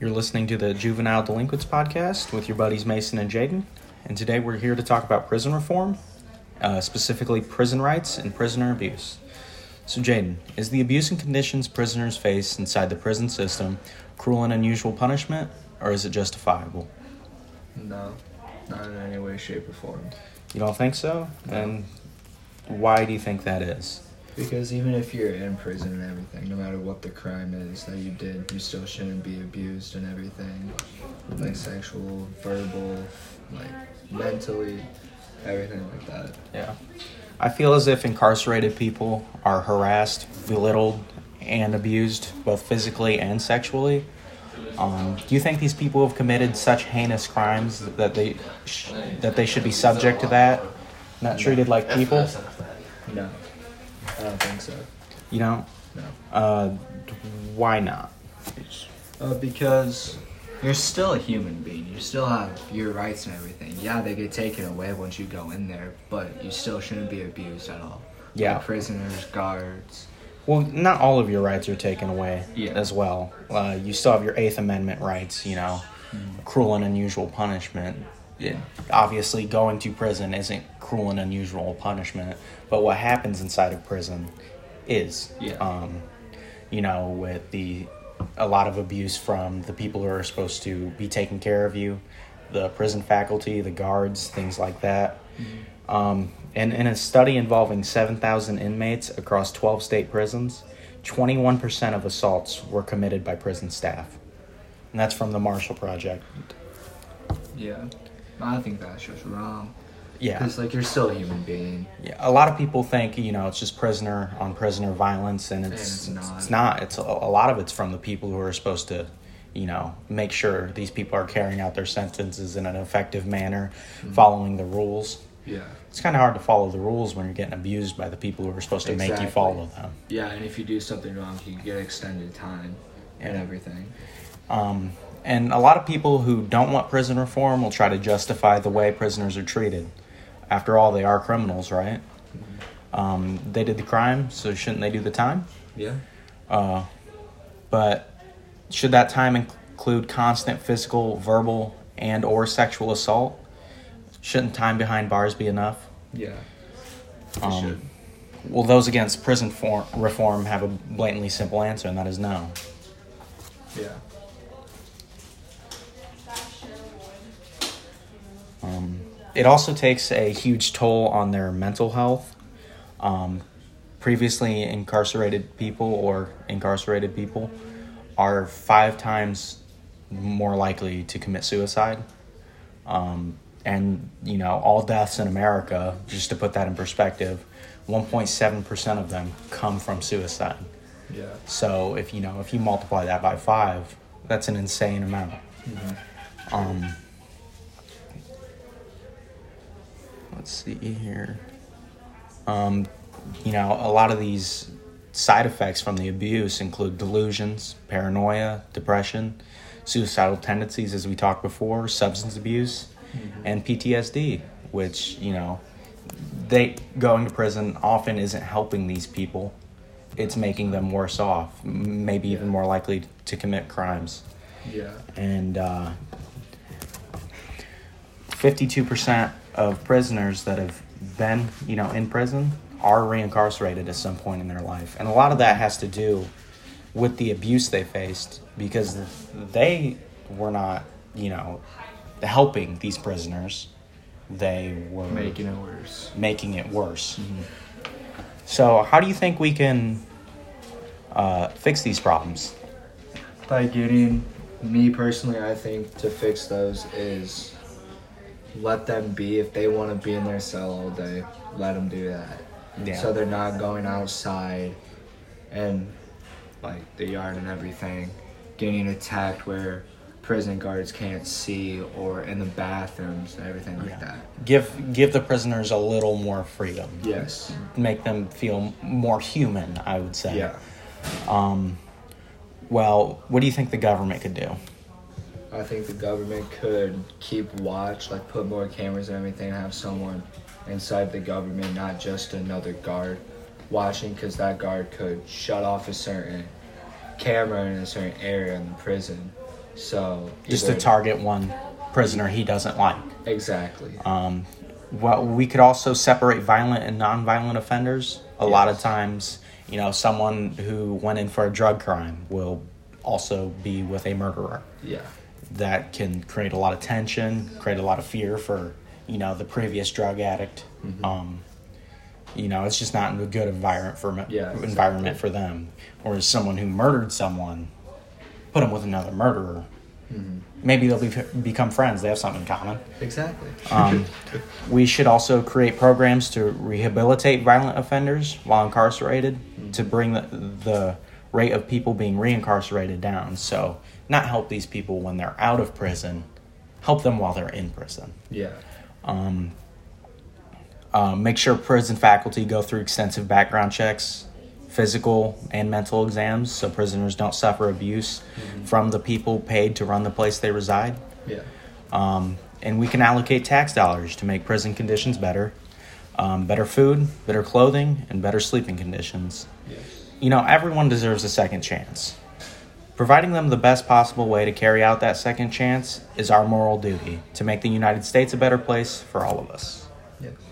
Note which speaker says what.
Speaker 1: You're listening to the Juvenile Delinquents Podcast with your buddies Mason and Jaden. And today we're here to talk about prison reform, uh, specifically prison rights and prisoner abuse. So, Jaden, is the abuse and conditions prisoners face inside the prison system cruel and unusual punishment, or is it justifiable?
Speaker 2: No, not in any way, shape, or form.
Speaker 1: You don't think so? And why do you think that is?
Speaker 2: Because even if you're in prison and everything, no matter what the crime is that you did, you still shouldn't be abused and everything. Like sexual, verbal, like mentally, everything like that.
Speaker 1: Yeah. I feel as if incarcerated people are harassed, belittled, and abused, both physically and sexually. Um, do you think these people have committed such heinous crimes that they sh- that they should be subject to that, not treated like people?
Speaker 2: No, I don't think so.
Speaker 1: You know,
Speaker 2: No.
Speaker 1: uh, why not?
Speaker 2: Uh, because you're still a human being. You still have your rights and everything. Yeah, they get taken away once you go in there, but you still shouldn't be abused at all.
Speaker 1: Yeah.
Speaker 2: Like prisoners, guards.
Speaker 1: Well, not all of your rights are taken away
Speaker 2: Yeah.
Speaker 1: as well. Uh, you still have your Eighth Amendment rights, you know,
Speaker 2: Mm-hmm.
Speaker 1: cruel and unusual punishment. It- obviously, going to prison isn't cruel and unusual punishment, but what happens inside of prison is,
Speaker 2: Yeah.
Speaker 1: um, you know, with the a lot of abuse from the people who are supposed to be taking care of you, the prison faculty, the guards, things like that. Um, and in a study involving 7,000 inmates across 12 state prisons, 21% of assaults were committed by prison staff. And that's from the Marshall Project.
Speaker 2: Yeah. I think that's just wrong.
Speaker 1: Yeah.
Speaker 2: Because like you're still a human being.
Speaker 1: yeah. A lot of people think, you know, it's just prisoner on prisoner violence, and it's,
Speaker 2: And it's
Speaker 1: it's,
Speaker 2: not.
Speaker 1: it's not. It's a, a lot of it's from the people who are supposed to, you know, make sure these people are carrying out their sentences in an effective manner, following the rules.
Speaker 2: Yeah.
Speaker 1: It's kind of hard to follow the rules when you're getting abused by the people who are supposed to make you
Speaker 2: Exactly.
Speaker 1: follow them.
Speaker 2: Yeah, and if you do something wrong, you get extended time and everything.
Speaker 1: Um, and a lot of people who don't want prison reform will try to justify the way prisoners are treated. After all, they are criminals, right? Um, they did the crime, so shouldn't they do the time?
Speaker 2: Yeah.
Speaker 1: Uh, but should that time include constant physical, verbal, and or sexual assault? Shouldn't time behind bars be enough?
Speaker 2: Yeah. It
Speaker 1: Um,
Speaker 2: should.
Speaker 1: Well, those against prison for- reform have a blatantly simple answer, and that is no.
Speaker 2: Yeah.
Speaker 1: Um, it also takes a huge toll on their mental health. Um, previously incarcerated people or incarcerated people are five times more likely to commit suicide. Um, and, you know, all deaths in America, just to put that in perspective, 1.7% of them come from suicide.
Speaker 2: Yeah.
Speaker 1: So if, you know, if you multiply that by five, that's an insane amount. Um, let's see here. Um, you know, a lot of these side effects from the abuse include delusions, paranoia, depression, suicidal tendencies, as we talked before, substance abuse, and PTSD, which, you know, they going to prison often isn't helping these people. It's making them worse off, m- maybe even
Speaker 2: Yeah.
Speaker 1: more likely to commit crimes
Speaker 2: Yeah.
Speaker 1: and uh, 52% of prisoners that have been, you know, in prison are reincarcerated at some point in their life. And a lot of that has to do with the abuse they faced because they were not, you know, helping these prisoners. They were
Speaker 2: Making it worse.
Speaker 1: making it worse. So, how do you think we can uh, fix these problems?
Speaker 2: by getting me personally i think to fix those is let them be if they want to be in their cell all day let them do that
Speaker 1: Yeah.
Speaker 2: so they're not going outside and like the yard and everything getting attacked where prison guards can't see or in the bathrooms and everything like that
Speaker 1: Give give the prisoners a little more freedom.
Speaker 2: yes
Speaker 1: make them feel more human, I would say.
Speaker 2: yeah
Speaker 1: Um, well, what do you think the government could do?
Speaker 2: i think the government could keep watch like put more cameras and everything have someone inside the government, not just another guard watching, because that guard could shut off a certain camera in a certain area in the prison. So
Speaker 1: just
Speaker 2: either-
Speaker 1: to target one prisoner he doesn't like.
Speaker 2: exactly.
Speaker 1: Um, well, we could also separate violent and nonviolent offenders. A lot of times, you know, someone who went in for a drug crime will also be with a murderer.
Speaker 2: yeah,
Speaker 1: That can create a lot of tension, create a lot of fear for, you know, the previous drug addict. Um, you know, it's just not a good environment for
Speaker 2: Yeah,
Speaker 1: environment for them. Whereas someone who murdered someone, put them with another murderer, maybe they'll be, become friends. They have something in common.
Speaker 2: exactly.
Speaker 1: Um, we should also create programs to rehabilitate violent offenders while incarcerated to bring the, the rate of people being reincarcerated down. So, not help these people when they're out of prison, help them while they're in prison.
Speaker 2: yeah,
Speaker 1: Uh, make sure prison faculty go through extensive background checks, physical and mental exams, so prisoners don't suffer abuse from the people paid to run the place they reside.
Speaker 2: yeah,
Speaker 1: Um, and we can allocate tax dollars to make prison conditions better, um, better food, better clothing, and better sleeping conditions.
Speaker 2: yes,
Speaker 1: You know, everyone deserves a second chance. Providing them the best possible way to carry out that second chance is our moral duty to make the United States a better place for all of us.
Speaker 2: yes.